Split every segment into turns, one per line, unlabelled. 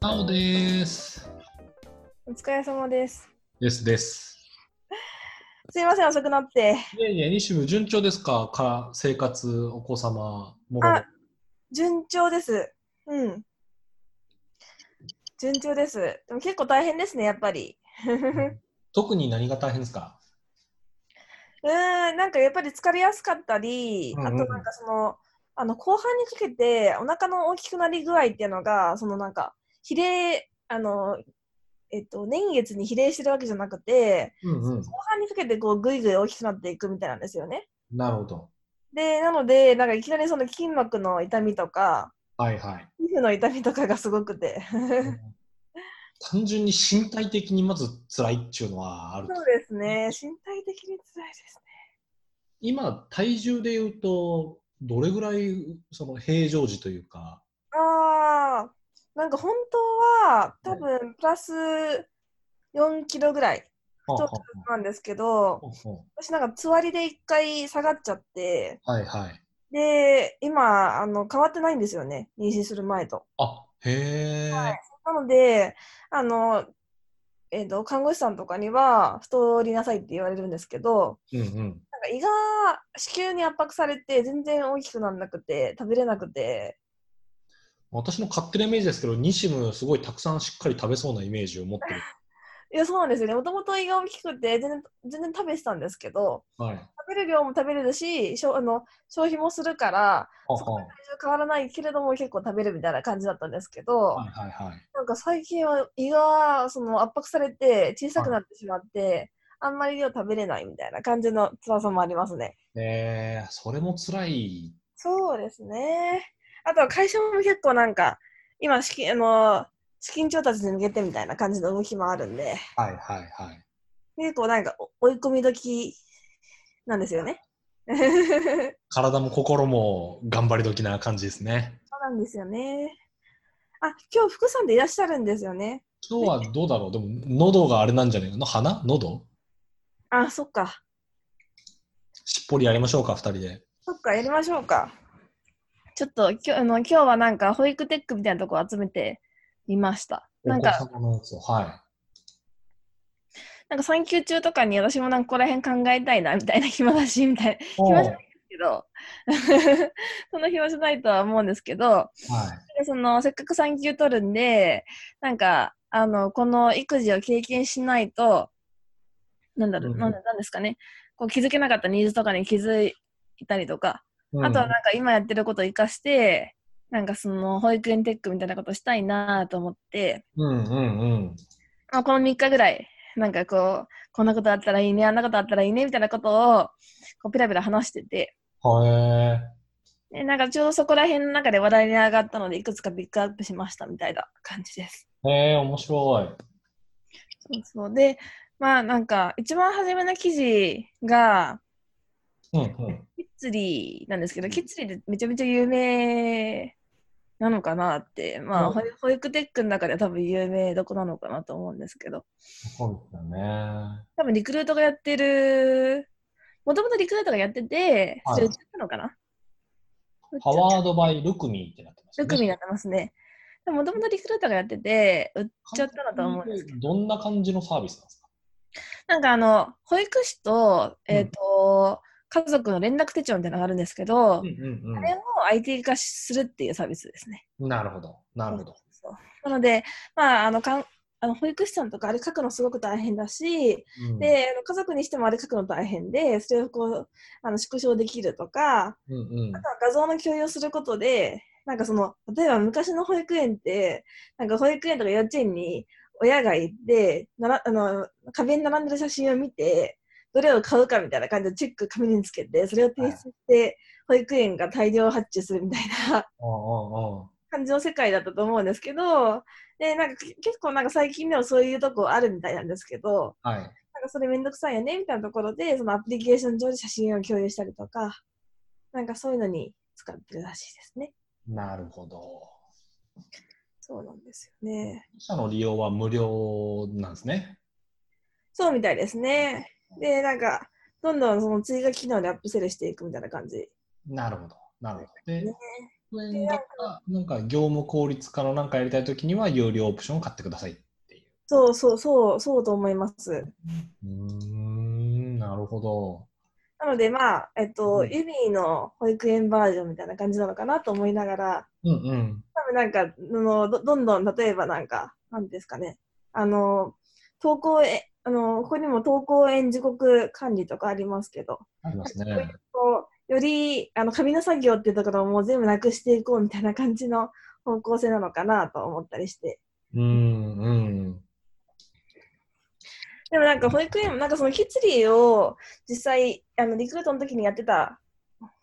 なおです。
お疲れ様です。
ですです。
すいません、遅くなって。
いえいえ、西部順調ですかから生活、お子様、もろ
あ順調です。うん。順調です。でも結構大変ですね、やっぱり。
特に何が大変ですか
うーん、なんかやっぱり疲れやすかったり、
うんうん
あとなんかその、あの、後半にかけてお腹の大きくなり具合っていうのが、そのなんか、比例、あの、えっと、年月に比例してるわけじゃなくて、
うんうん。
後半にかけてこう、ぐいぐい大きくなっていくみたいなんですよね。
なるほど。
で、なので、なんかいきなりその筋膜の痛みとか、
はいはい。
皮膚の痛みとかがすごくて。
単純に身体的にまず辛いっていうのはあると。
そうですね。 身体的に辛いですね。
今、体重で言うと、どれぐらいその平常時というか、
ああ、なんか本当は多分プラス4キロぐらい
は
太
あ
っ
は
たんですけど
あ、は
私なんかつわりで一回下がっちゃって、
あはいはい。
で、今、あの、変わってないんですよね。妊娠する前と。
あへえ、
なので、あの、えっ、と、看護師さんとかには太りなさいって言われるんですけど、
うんうん。
なんか胃が子宮に圧迫されて全然大きくならなくて食べれなくて
私の勝手なイメージですけど、西部すごいたくさんしっかり食べそうなイメージを持ってる。
いやそうなんですよねもともと胃が大きくて全然全然食べてたんですけど
はい。
食べる量も食べれるししょあの消費もするから
はあは
体重変わらないけれども結構食べるみたいな感じだったんですけど、
あはいはいはい。
なんか最近は胃がその圧迫されて小さくなってしまって、あんまり量食べれないみたいな感じの辛さもありますね
えー、それも辛い。
そうですね。あとは会社も結構なんか、今資金、あの、資金調達に向けてみたいな感じの動きもあるんで、
はいはいはい。
結構なんかお追い込み時なんですよ ね。そう
体も心も頑張り時な感じですね。
なんですよね。あ、今日福さんでいらっしゃるんですよね。
今日はどうだろうでも、喉があれなんじゃないかな鼻喉
あ、そっか。
しっぽりやりましょうか、二人で。
そっか、やりましょうか。ちょっときょあの今日はなんか保育テックみたいなとこ集めてみました。
お
なん
子
か、
様のやつを。は
なんか産休中とかに私もなんかここら辺考えたいなみたいな暇だしみたいな。暇じゃないですけど、 その暇じゃないとは思うんですけど、
い。はい。
そのせっかく産休取るんで、なんか、あの、この育児を経験しないと、なんだろ
う
う、
ん
なんなんですかね、こう気づけなかったニーズとかに気づいたりとか、
うん
あとはなんか今やってることを活かして、なんかその保育園テックみたいなことしたいなと思って、
うんうんうん。
まあ、この3日ぐらい、なんかこう、こんなことあったらいいね、あんなことあったらいいね、みたいなことを、こう、ペラペラ話してて、
はえ
でなんかちょうどそこら辺の中で話題に上がったので、いくつかピックアップしましたみたいな感じです。
ー。へえー、面白い。
そうそうで、まあなんか、一番初めの記事が、
うんうん。
キッズリーなんですけど、キッズリーってめちゃめちゃ有名なのかなって、まあ、
うん
保育保育テックの中では多分有名どこなのかなと思うんですけど、
そうですよね。
多分リクルートがやってる、もともとリクルートがやってて、それ売っちゃったのかな
パワードバイルクミーってなってます
ル
よね。
クミになってますね。もともとリクルートがやってて、売っちゃったなとは思うんですけど、
どんな感じのサービスなんですか
なんかあの、保育士と、
うん
えっ、と、家族の連絡手帳みたいなのがあるんですけど、
ん
あれを IT 化するっていうサービスですね。
うん。なるほど。なるほど。
そうなので、まあ、あの、かんあの保育士さんとかあれ書くのすごく大変だし、
うん
で、あの家族にしてもあれ書くの大変で、それをこう、あの縮小できるとか、
うんうん
あとは画像の共有をすることで、なんかその、例えば昔の保育園って、なんか保育園とか幼稚園に親が行って、ならあの壁に並んでる写真を見て、どれを買うかみたいな感じでチェック紙につけて、それを提出して、保育園が大量発注するみたいな
うんうんうん
感じの世界だったと思うんですけど、で、なんかけ結構なんか最近でもそういうとこあるみたいなんですけど、
はい。
なんかそれめんどくさいよねみたいなところで、そのアプリケーション上で写真を共有したりとか、なんかそういうのに使ってるらしいですね。
なるほど。
そうなんですよね。
自社の利用は無料なんですね。
そうみたいですね。で、なんか、どんどんその追加機能でアップセルしていくみたいな感じ。
なるほど。なるほど。で、保園だから、なんか業務効率化のなんかやりたいときには、有料オプションを買ってくださいっていう。
そうそうそう、そうと思います。
うーん、なるほど。
なので、まあ、えっと、
うん
ユビーの保育園バージョンみたいな感じなのかなと思いながら、
うんうん。
多分なんか、あのどどんどん、例えばなんか、なんですかね、あの、投稿え、あの、ここにも投稿園時刻管理とかありますけど、
ありますね。
こうより、あの、紙の作業っていうところをもう全部なくしていこうみたいな感じの方向性なのかなと思ったりして。
うんうん。
でもなんか保育園も、なんかそのキッズリーを実際、あの、リクルートの時にやってた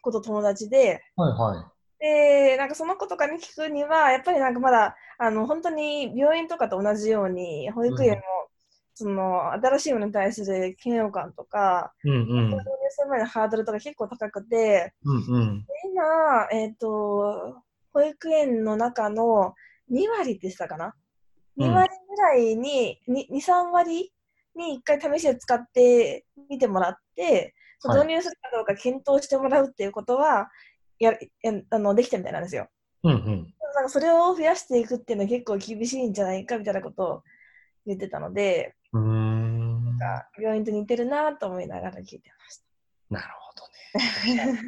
子と友達で、
はいは
で、なんかその子とかに聞くには、やっぱりなんかまだ、あの、本当に病院とかと同じように、保育園も、
うん
その、新しいものに対する嫌悪感とか、
い。うんう
導
ん
入。する前のハードルとか結構高くて、
うんうん。
今、えっ、と、保育園の中の2割って言ってたかな
うん
?2 割ぐらいに、に2、3割に1回試しで使ってみてもらって、その
はい
導入するかどうか検討してもらうっていうことは、ややあのできたみたいなんですよ。
うんうん。
なんかそれを増やしていくっていうのは結構厳しいんじゃないかみたいなことを言ってたので、
うーん。
なんか病院と似てるなと思いながら聞いてまし
なるほどね。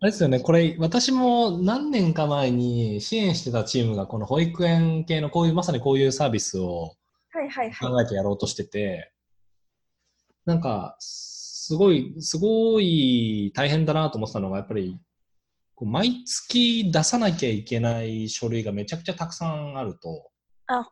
あれですよね、こ れ、私も何年か前に支援してたチームが、この保育園系のこういう、まさにこういうサービスを
た。はいはいはい。
考えてやろうとしてて、なんか、すごい、すごい大変だなと思ってたのが、やっぱり、こう毎月出さなきゃいけない書類がめちゃくちゃたくさんあると、
あ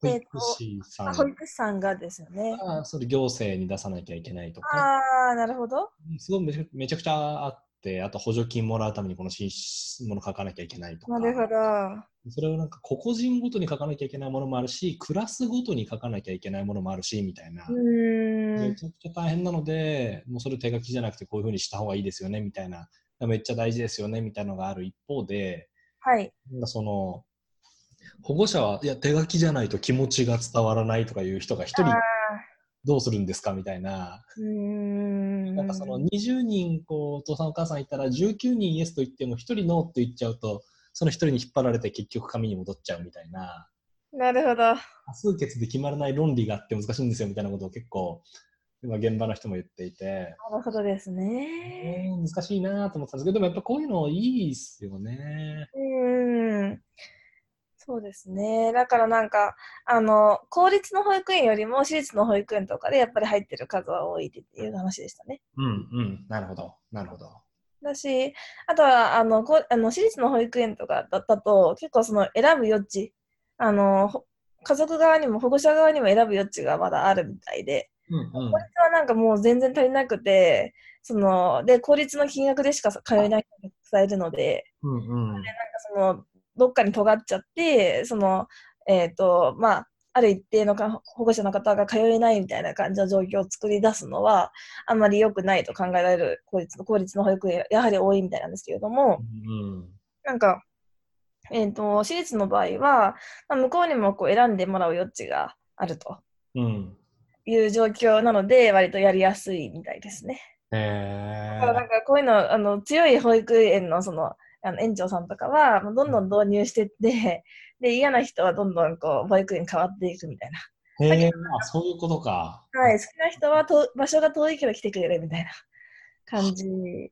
保
えーと
育士さん
あ保育士さんがですよね。
が、それ行政に出さなきゃいけないとか、
ああ、なるほど。
すごいめちゃめちゃくちゃあって、あと補助金もらうためにこの新もの書かなきゃいけないとか
な、るほど。
それをなんか個々人ごとに書かなきゃいけないものもあるし、クラスごとに書かなきゃいけないものもあるし、みたいな、
うー
め
ん。
ちゃくちゃ大変なので、もうそれ手書きじゃなくてこういうふうにした方がいいですよね、みたいな、めっちゃ大事ですよね、みたいなのがある一方で、
はい。
なんかその、保護者は、いや、手書きじゃないと気持ちが伝わらないとかいう人が一人
あー
どうするんですかみたいな、
うーん。
なんかその20人こうお父さんお母さんいたら19人イエスと言っても1人ノーって言っちゃうとその1人に引っ張られて結局紙に戻っちゃうみたいな
なるほど。
多数決で決まらない論理があって難しいんですよみたいなことを結構今現場の人も言っていて、
なるほどですね。
えー難しいなと思ってたんですけどでもやっぱこういうのいいっすよね。
うーん。そうですね。だからなんか、あの、公立の保育園よりも私立の保育園とかでやっぱり入ってる数は多いっていう話でしたね。
うんうん、なるほど、なるほど。
だし、あとは、あの、こうあの私立の保育園とかだだと、結構その選ぶ余地、あの、ほ家族側にも保護者側にも選ぶ余地がまだあるみたいで、
うんうん
公、立はなんかもう全然足りなくて、その、で、公立の金額でしか通えない人がたくさんいるので、
うんうん、
そのどっかに尖っちゃってその、えーとまあ、ある一定のか保護者の方が通えないみたいな感じの状況を作り出すのはあんまり良くないと考えられる公立の公立の保育園やはり多いみたいなんですけれども
うん
なんか、えー、と私立の場合は、まあ、向こうにもこう選んでもらう余地があると
うん、うん。
いう状況なので割とやりやすいみたいですね。
え
だからなんかこういうのあの強い保育園のそのあの園長さんとかはもうどんどん導入してってで嫌な人はどんどんこう保育園変わっていくみたいな、
ー、えー、あそういうことか。
はい、好きな人はと場所が遠いけど来てくれるみたいな感じみ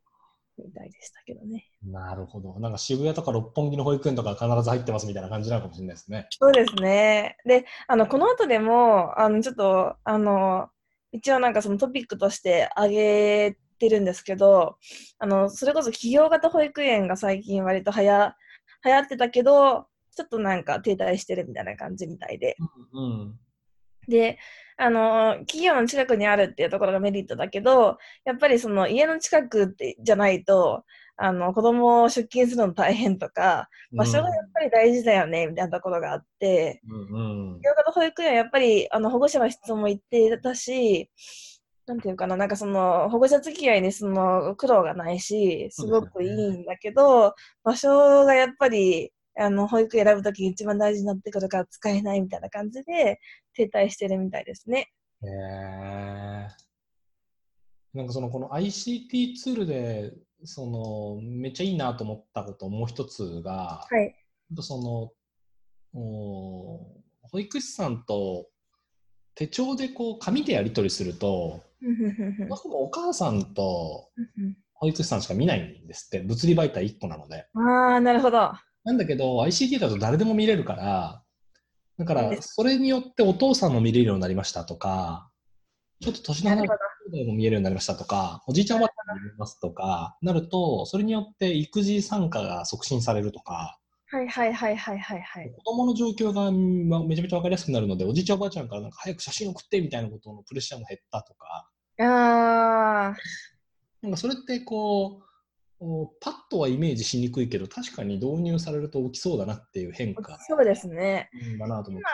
たいでしたけどね
なるほど。なんか渋谷とか六本木の保育園とか必ず入ってますみたいな感じなのかもしれないですね。
そうですねであのこの後でもあのちょっとあの一応なんかそのトピックとして挙げてるんですけどあのそれこそ企業型保育園が最近割とはや流行ってたけどちょっとなんか停滞してるみたいな感じみたいで
うん。
であの企業の近くにあるっていうところがメリットだけどやっぱりその家の近くってじゃないとあの子供を出勤するの大変とか場所がやっぱり大事だよねみたいなところがあって。
うんうん。
企業型保育園はやっぱりあの保護者の質も一定だし、なんていうかな、なんかその保護者付き合いにその苦労がないし、すごくいいんだけど、場所がやっぱりあの保育園選ぶとき一番大事になってくるから使えないみたいな感じで停滞してるみたいですね。
へえ。なんかそのこの ICT ツールでその、めっちゃいいなと思ったこと、もう一つが、
はい。
その、お保育士さんと手帳でこう、紙でやり取りすると、
うんうんうんうん
僕もお母さんと
うん
保育士さんしか見ないんですって、物理媒体1個なので。
うん ああ、なるほど。
なんだけど、ICT だと誰でも見れるから、だか
ね
ら、それによってお父さんも見れるようになりましたとか、ちょっと年の離れ
な
た兄弟も見えるようになりましたとか、おじいちゃんおばあちゃんも見えますとか、なると、それによって育児参加が促進されるとか、
はいはいはいはいはいはい。
子供の状況がまあめちゃめちゃわかりやすくなるので、おじいちゃんおばあちゃんからなんか早く写真送ってみたいなことのプレッシャーも減ったとか、
ああ、
なんかそれってこう、おパッとはイメージしにくいけど、確かに導入されると起きそうだなっていう変化
そうですね。
うんだなと思って。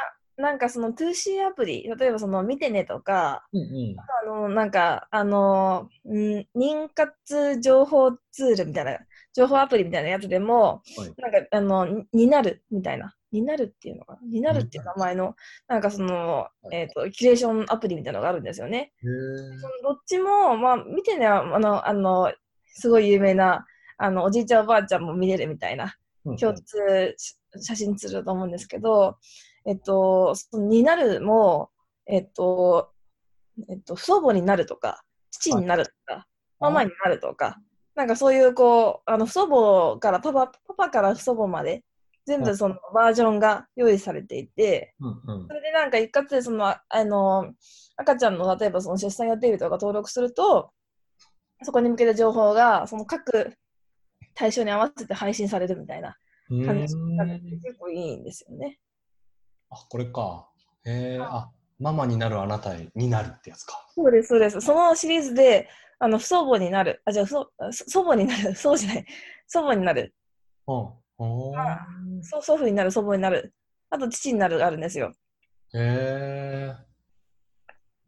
なんかその 2C アプリ、例えばその見てねとか、
うんうん
あの、なんか、あの、ん妊活情報ツールみたいな、情報アプリみたいなやつでも、
はい
なんか、あの、にになるみたいな、になるっていうのかな、になるっていう名前の、なんかその、
はい
えっ、と、キュレーションアプリみたいなのがあるんですよね。
へー
そのどっちも、まあ、見てね、あの、あの、すごい有名な、あの、おじいちゃんおばあちゃんも見れるみたいな、
うん
共通し写真ツールだと思うんですけど、えっと、そのになるも、えっと、えっと、祖母になるとか、父になるとか、ママになるとか、なんかそういう、こう、あの、父母からパパ、パパから父母まで、全
は
部そのバージョンが用意されていて、
うんうん
それでなんか一括でそのああの赤ちゃんの例えばその出産予定日とか登録するとそこに向けた情報がその各対象に合わせて配信されるみたいな
う
感じになってて
ーん
結構いいんですよね。
あ、これか。へえ、あ、ママになるあなたへになるってやつか。
そうですそうですそのシリーズであの父母になるあじゃあ父祖祖母になる そうじゃない祖母になる
うん。おー
あ祖祖父になる祖母になるあと父になるがあるんですよ。
へえ。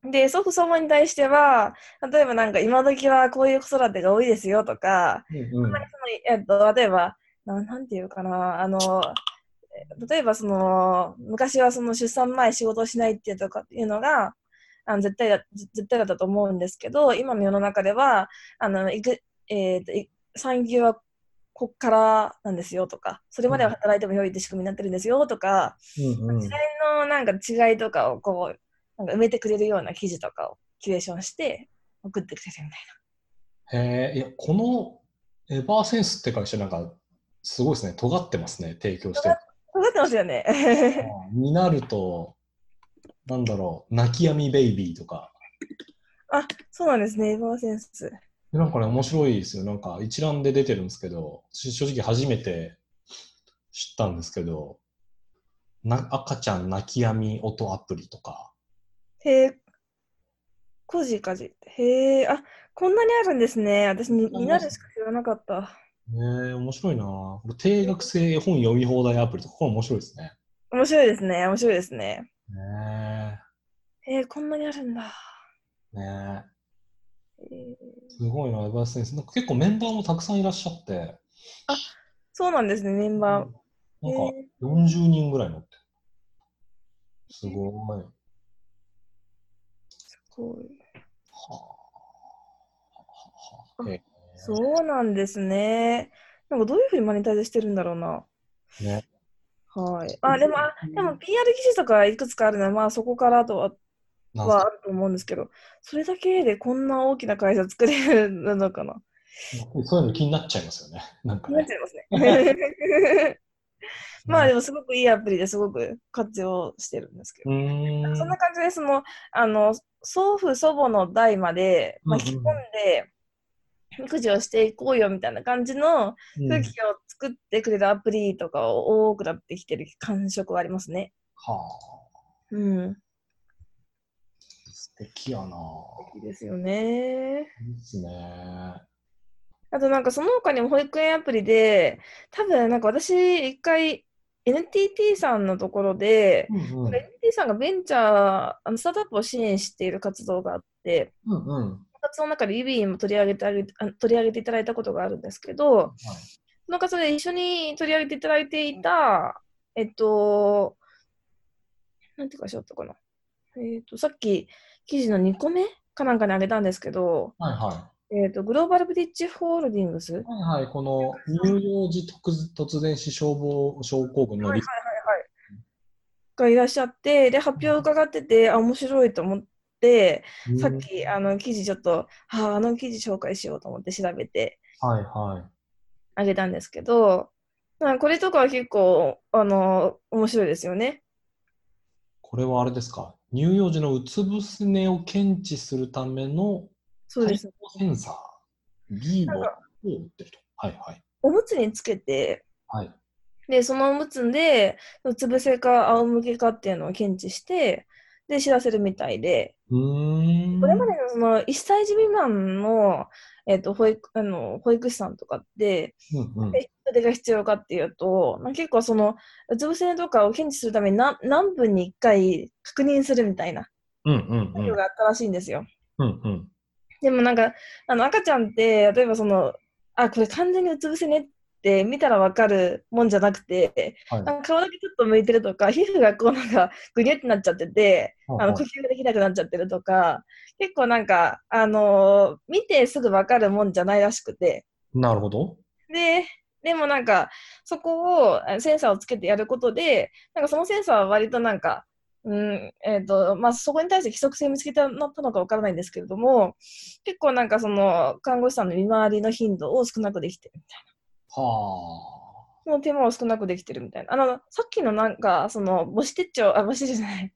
で、祖父祖母に対しては、例えばなんか今時はこういう子育てが多いですよとか、
うんうん。
えっと、例えばな、なんていうかな、あの、え例えばその、昔はその出産前仕事をしないっていうとかっていうのが、あの絶対だ、絶対だったと思うんですけど、今の世の中では、あの、いく、えーと、い産休はこっからなんですよとか、それまでは働いてもよいって仕組みになってるんですよとか、
うんうん
時代のなんか違いとかをこう、なんか埋めてくれるような記事とかをキュレーションして送ってくれるみたいな。
へえ、いや、このエバーセンスって会社なんか、すごいですね。尖ってますね。提供してる。
わかってますよね。
あになると、なんだろう、泣きやみベイビーとか。
そうなんですね、エヴァーセンス。
でなんかね、面白いですよ。なんか一覧で出てるんですけど、し正直初めて知ったんですけど、な赤ちゃん泣きやみ音アプリとか、
へえ、コジカジ。へえ、あ、こんなにあるんですね。私に、
ます
になるしか知らなかった。
ねえ面白いなぁこれ定額制絵本読み放題アプリとか、これ面白いですね。
面白いですね、面白いですね。
ね
へえ、こんなにあるんだ。
え、ね
へえ
え、すごいな、エバー先生。なんか結構メンバーもたくさんいらっしゃって、
そうなんですね、メンバー。
なん
へ
か
え
40人ぐらい乗ってる。すごい。は
すごい。
あはあはあ。へえ
そうなんですね。なんかどういうふうにマネタイズしてるんだろうな。
ね
はい。あ、でも、あでも PR 記事とかいくつかあるのは、まあそこからとは
なん
はあると思うんですけど、それだけでこんな大きな会社作れるのかな。
そういうの気になっちゃいますよね。なんか
なっ
ね
ち。ゃいますね。まあでもすごくいいアプリですごく活用してるんですけど、
うーん。
そんな感じでそのあの祖父祖母の代まで
うんうん
巻き込んで育児をしていこうよみたいな感じの
うん
空気を作ってくれるアプリとかを多くなってきてる感触はありますね。
はあ、
うん。
素敵やなぁ。
いいですよね。
いいですね。
あとなんかその他にも保育園アプリで多分なんか私一回 NTT さんのところで
うんうん。
NTT さんがベンチャー、あのスタートアップを支援している活動があって、
うんうん。
活動の中で指にも取り上げてあげあ取り上げていただいたことがあるんですけど、その活動で一緒に取り上げていただいていた、えっと、なんていうかしよったかな。えっと、さっき記事の2個目かなんかにあげたんですけど、
はいは
えっ、と、グローバルブリッジホールディングスはい
はいはい、この乳幼児特突然死消防症候群のリス
がいらっしゃって、で、発表を伺ってて、あ、面白いと思って、
うん
さっき、あの、記事ちょっと、ああ、あの記事紹介しようと思って調べて
はいはい。
あげたんですけど、まあこれとかは結構、あの、面白いですよね。
これはあれですか乳幼児のうつぶすねを検知するための
そうです。
センサー、ビーボ
なん
を
か
売ってると。はいはい。
おむつにつけて、
はい。
で、そのおむつで、うつ伏せか仰向けかっていうのを検知して、で、知らせるみたいで、
うーん。
これまでのその1歳児未満の、えっと保育あの保育士さんとかって、
うんうん
で人手が必要かっていうと、まあ、結構その、うつ伏せとかを検知するために何何分に1回確認するみたいな
うんうんう
作
ん
業があったらしいんですよ。
うんうん
でもなんか、あの赤ちゃんって、例えばその、あ、これ完全にうつ伏せねって見たらわかるもんじゃなくて、
はい
なんか顔だけちょっと向いてるとか、皮膚がこうなんかぐにゅってなっちゃってて、あ
はい
の
は
呼
い
吸ができなくなっちゃってるとか、結構なんか、あのー見てすぐわかるもんじゃないらしくて、
なるほど。
で、でもなんか、そこをあセンサーをつけてやることで、なんかそのセンサーは割となんか、うんえーとまあ、そこに対して規則性を見つけたのかわからないんですけれども、結構なんかその看護師さんの見回りの頻度を少なくできてるみたいな、
は
その手間を少なくできてるみたいな、あのさっきのなんか、その母子手帳、あ母子手帳じゃない、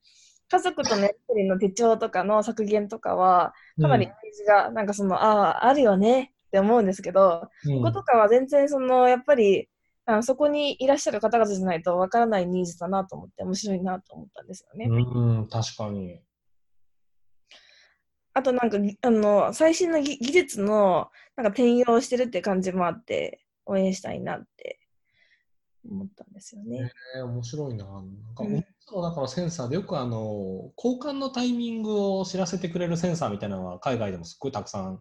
家族とのやり取りの手帳とかの削減とかは、
あ。
かなりページが、なんかその、ああ、あるよねって思うんですけど、
うん、うん
こことかは全然そのやっぱりあのそこにいらっしゃる方々じゃないとわからないニーズだなと思って面白いなと思ったんですよね。
うん、確かに。
あとなんかぎあの最新のぎ技術のなんか転用してるって感じもあって応援したいなって思ったんですよね。
えー、面白いな。なんか、
う
うんん、のだからセンサーでよくあの交換のタイミングを知らせてくれるセンサーみたいなのは海外でもすっごいたくさん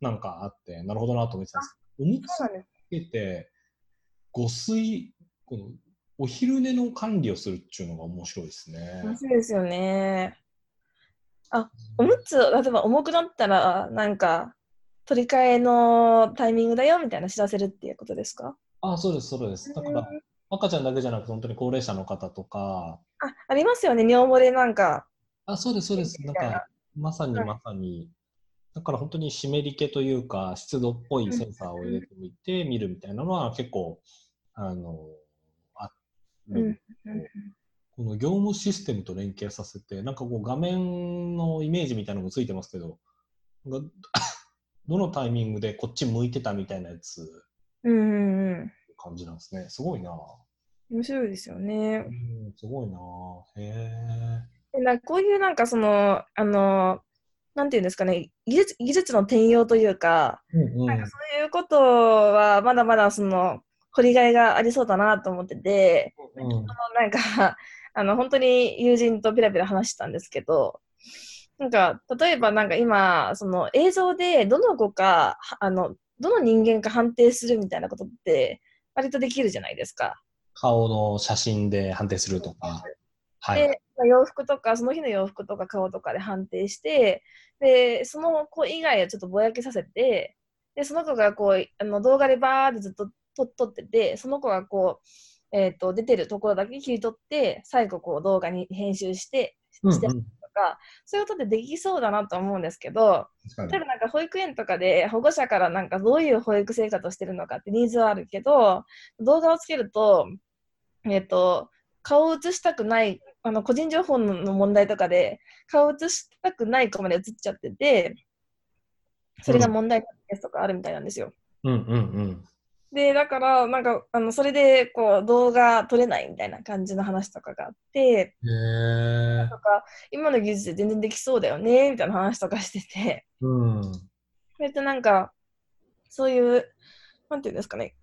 なんかあって、なるほどなと思ってたんですけど、おむつ
そうなんです
つけて、ご水、このお昼寝の管理をするっていうのが面白いですね。
面白いですよね。おむつを例えば重くなったらなんか取り替えのタイミングだよみたいな知らせるっていうことですか
あ、そうです、そうです。だから、赤ちゃんだけじゃなくて、本当に高齢者の方とか、
あありますよね尿漏れなんか
あ、そうです、そうです。なんか、まさに
はい
まさに、だから本当に湿り気というか、湿度っぽいセンサーを入れてみて、見るみたいなのは結構、あの、ある
うん
この業務システムと連携させて、なんかこう画面のイメージみたいなのもついてますけど、がどのタイミングでこっち向いてたみたいなやつ、
うんうんうん
感じなんですね。すごいな。
面白いですよね
う。ん、すごいな。へ
でなんかこういうなんかその、あの、なんていうんですかね、技術技術の転用というか、
え。うんうん。
そういうことはまだまだその、掘りがいがありそうだなと思ってて、
うん
なんか、あの、本当に友人とペラペラ話してたんですけど、なんか、例えばなんか今、その映像でどの子か、はあの、どの人間か判定するみたいなことって、割とできるじゃないですか。
顔の写真で判定するとか。はい。
で、まあ洋服とか、その日の洋服とか顔とかで判定して、で、その子以外をちょっとぼやけさせて、で、その子がこう、あの動画でバーってずっと撮撮ってて、その子がこう、えっ、と、出てるところだけ切り取って、最後こう動画に編集して、
うん
して
う
と
ん
か、そういうことってできそうだなと思うんですけど、
確か
例え
に
ばなんか保育園とかで保護者からなんかどういう保育生活をしてるのかってニーズはあるけど動画をつけると,、えっと顔を映したくないあの個人情報の問題とかで顔を映したくない子まで映っちゃっててそれが問題になるケースとかあるみたいなんですよ。
うんうん
でだからなんかあのそれでこう動画撮れないみたいな感じの話とかがあって
うん。へえ
と。か今の技術で全然できそうだよねみたいな話とかしてて。
うん。
それってなんか、そういう、なんていうんですかね、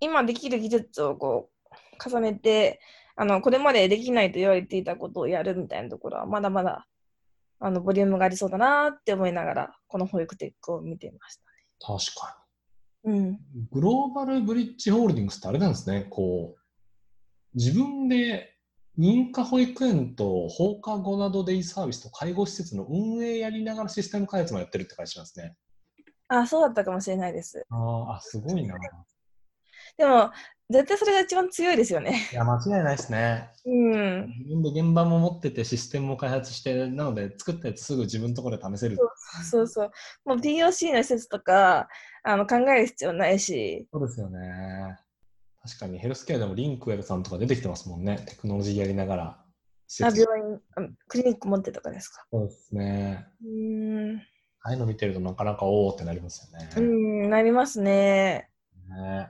今できる技術をこう、重ねて、あの、これまでできないと言われていたことをやるみたいなところは、まだまだ、あの、ボリュームがありそうだなって思いながら、この保育テックを見ていました。
確か
うん。
に。グローバルブリッジホールディングスってあれなんですね。こう、自分で認可保育園と放課後などデイサービスと介護施設の運営やりながらシステム開発もやってるって会社なんですね。
あ、そうだったかもしれないです。
あーあ、すごいな。
でも、絶対それが一番強いですよね。
いや、間違いないですね。
うん。
全部現場も持ってて、システムも開発して、なので、作ったやつすぐ自分のところで試せる。
そうそう。もう POC の施設とか、あの、考える必要ないし、
そうですよね。確かに、ヘルスケアでもリンクウェルさんとか出てきてますもんね。テクノロジーやりながら。施
あ
設
病院あ、クリニック持ってとかですか。
そうですね。
うーん。
ああいうの見てると、なかなかおおってなりますよね。
うん、なりますね。
ね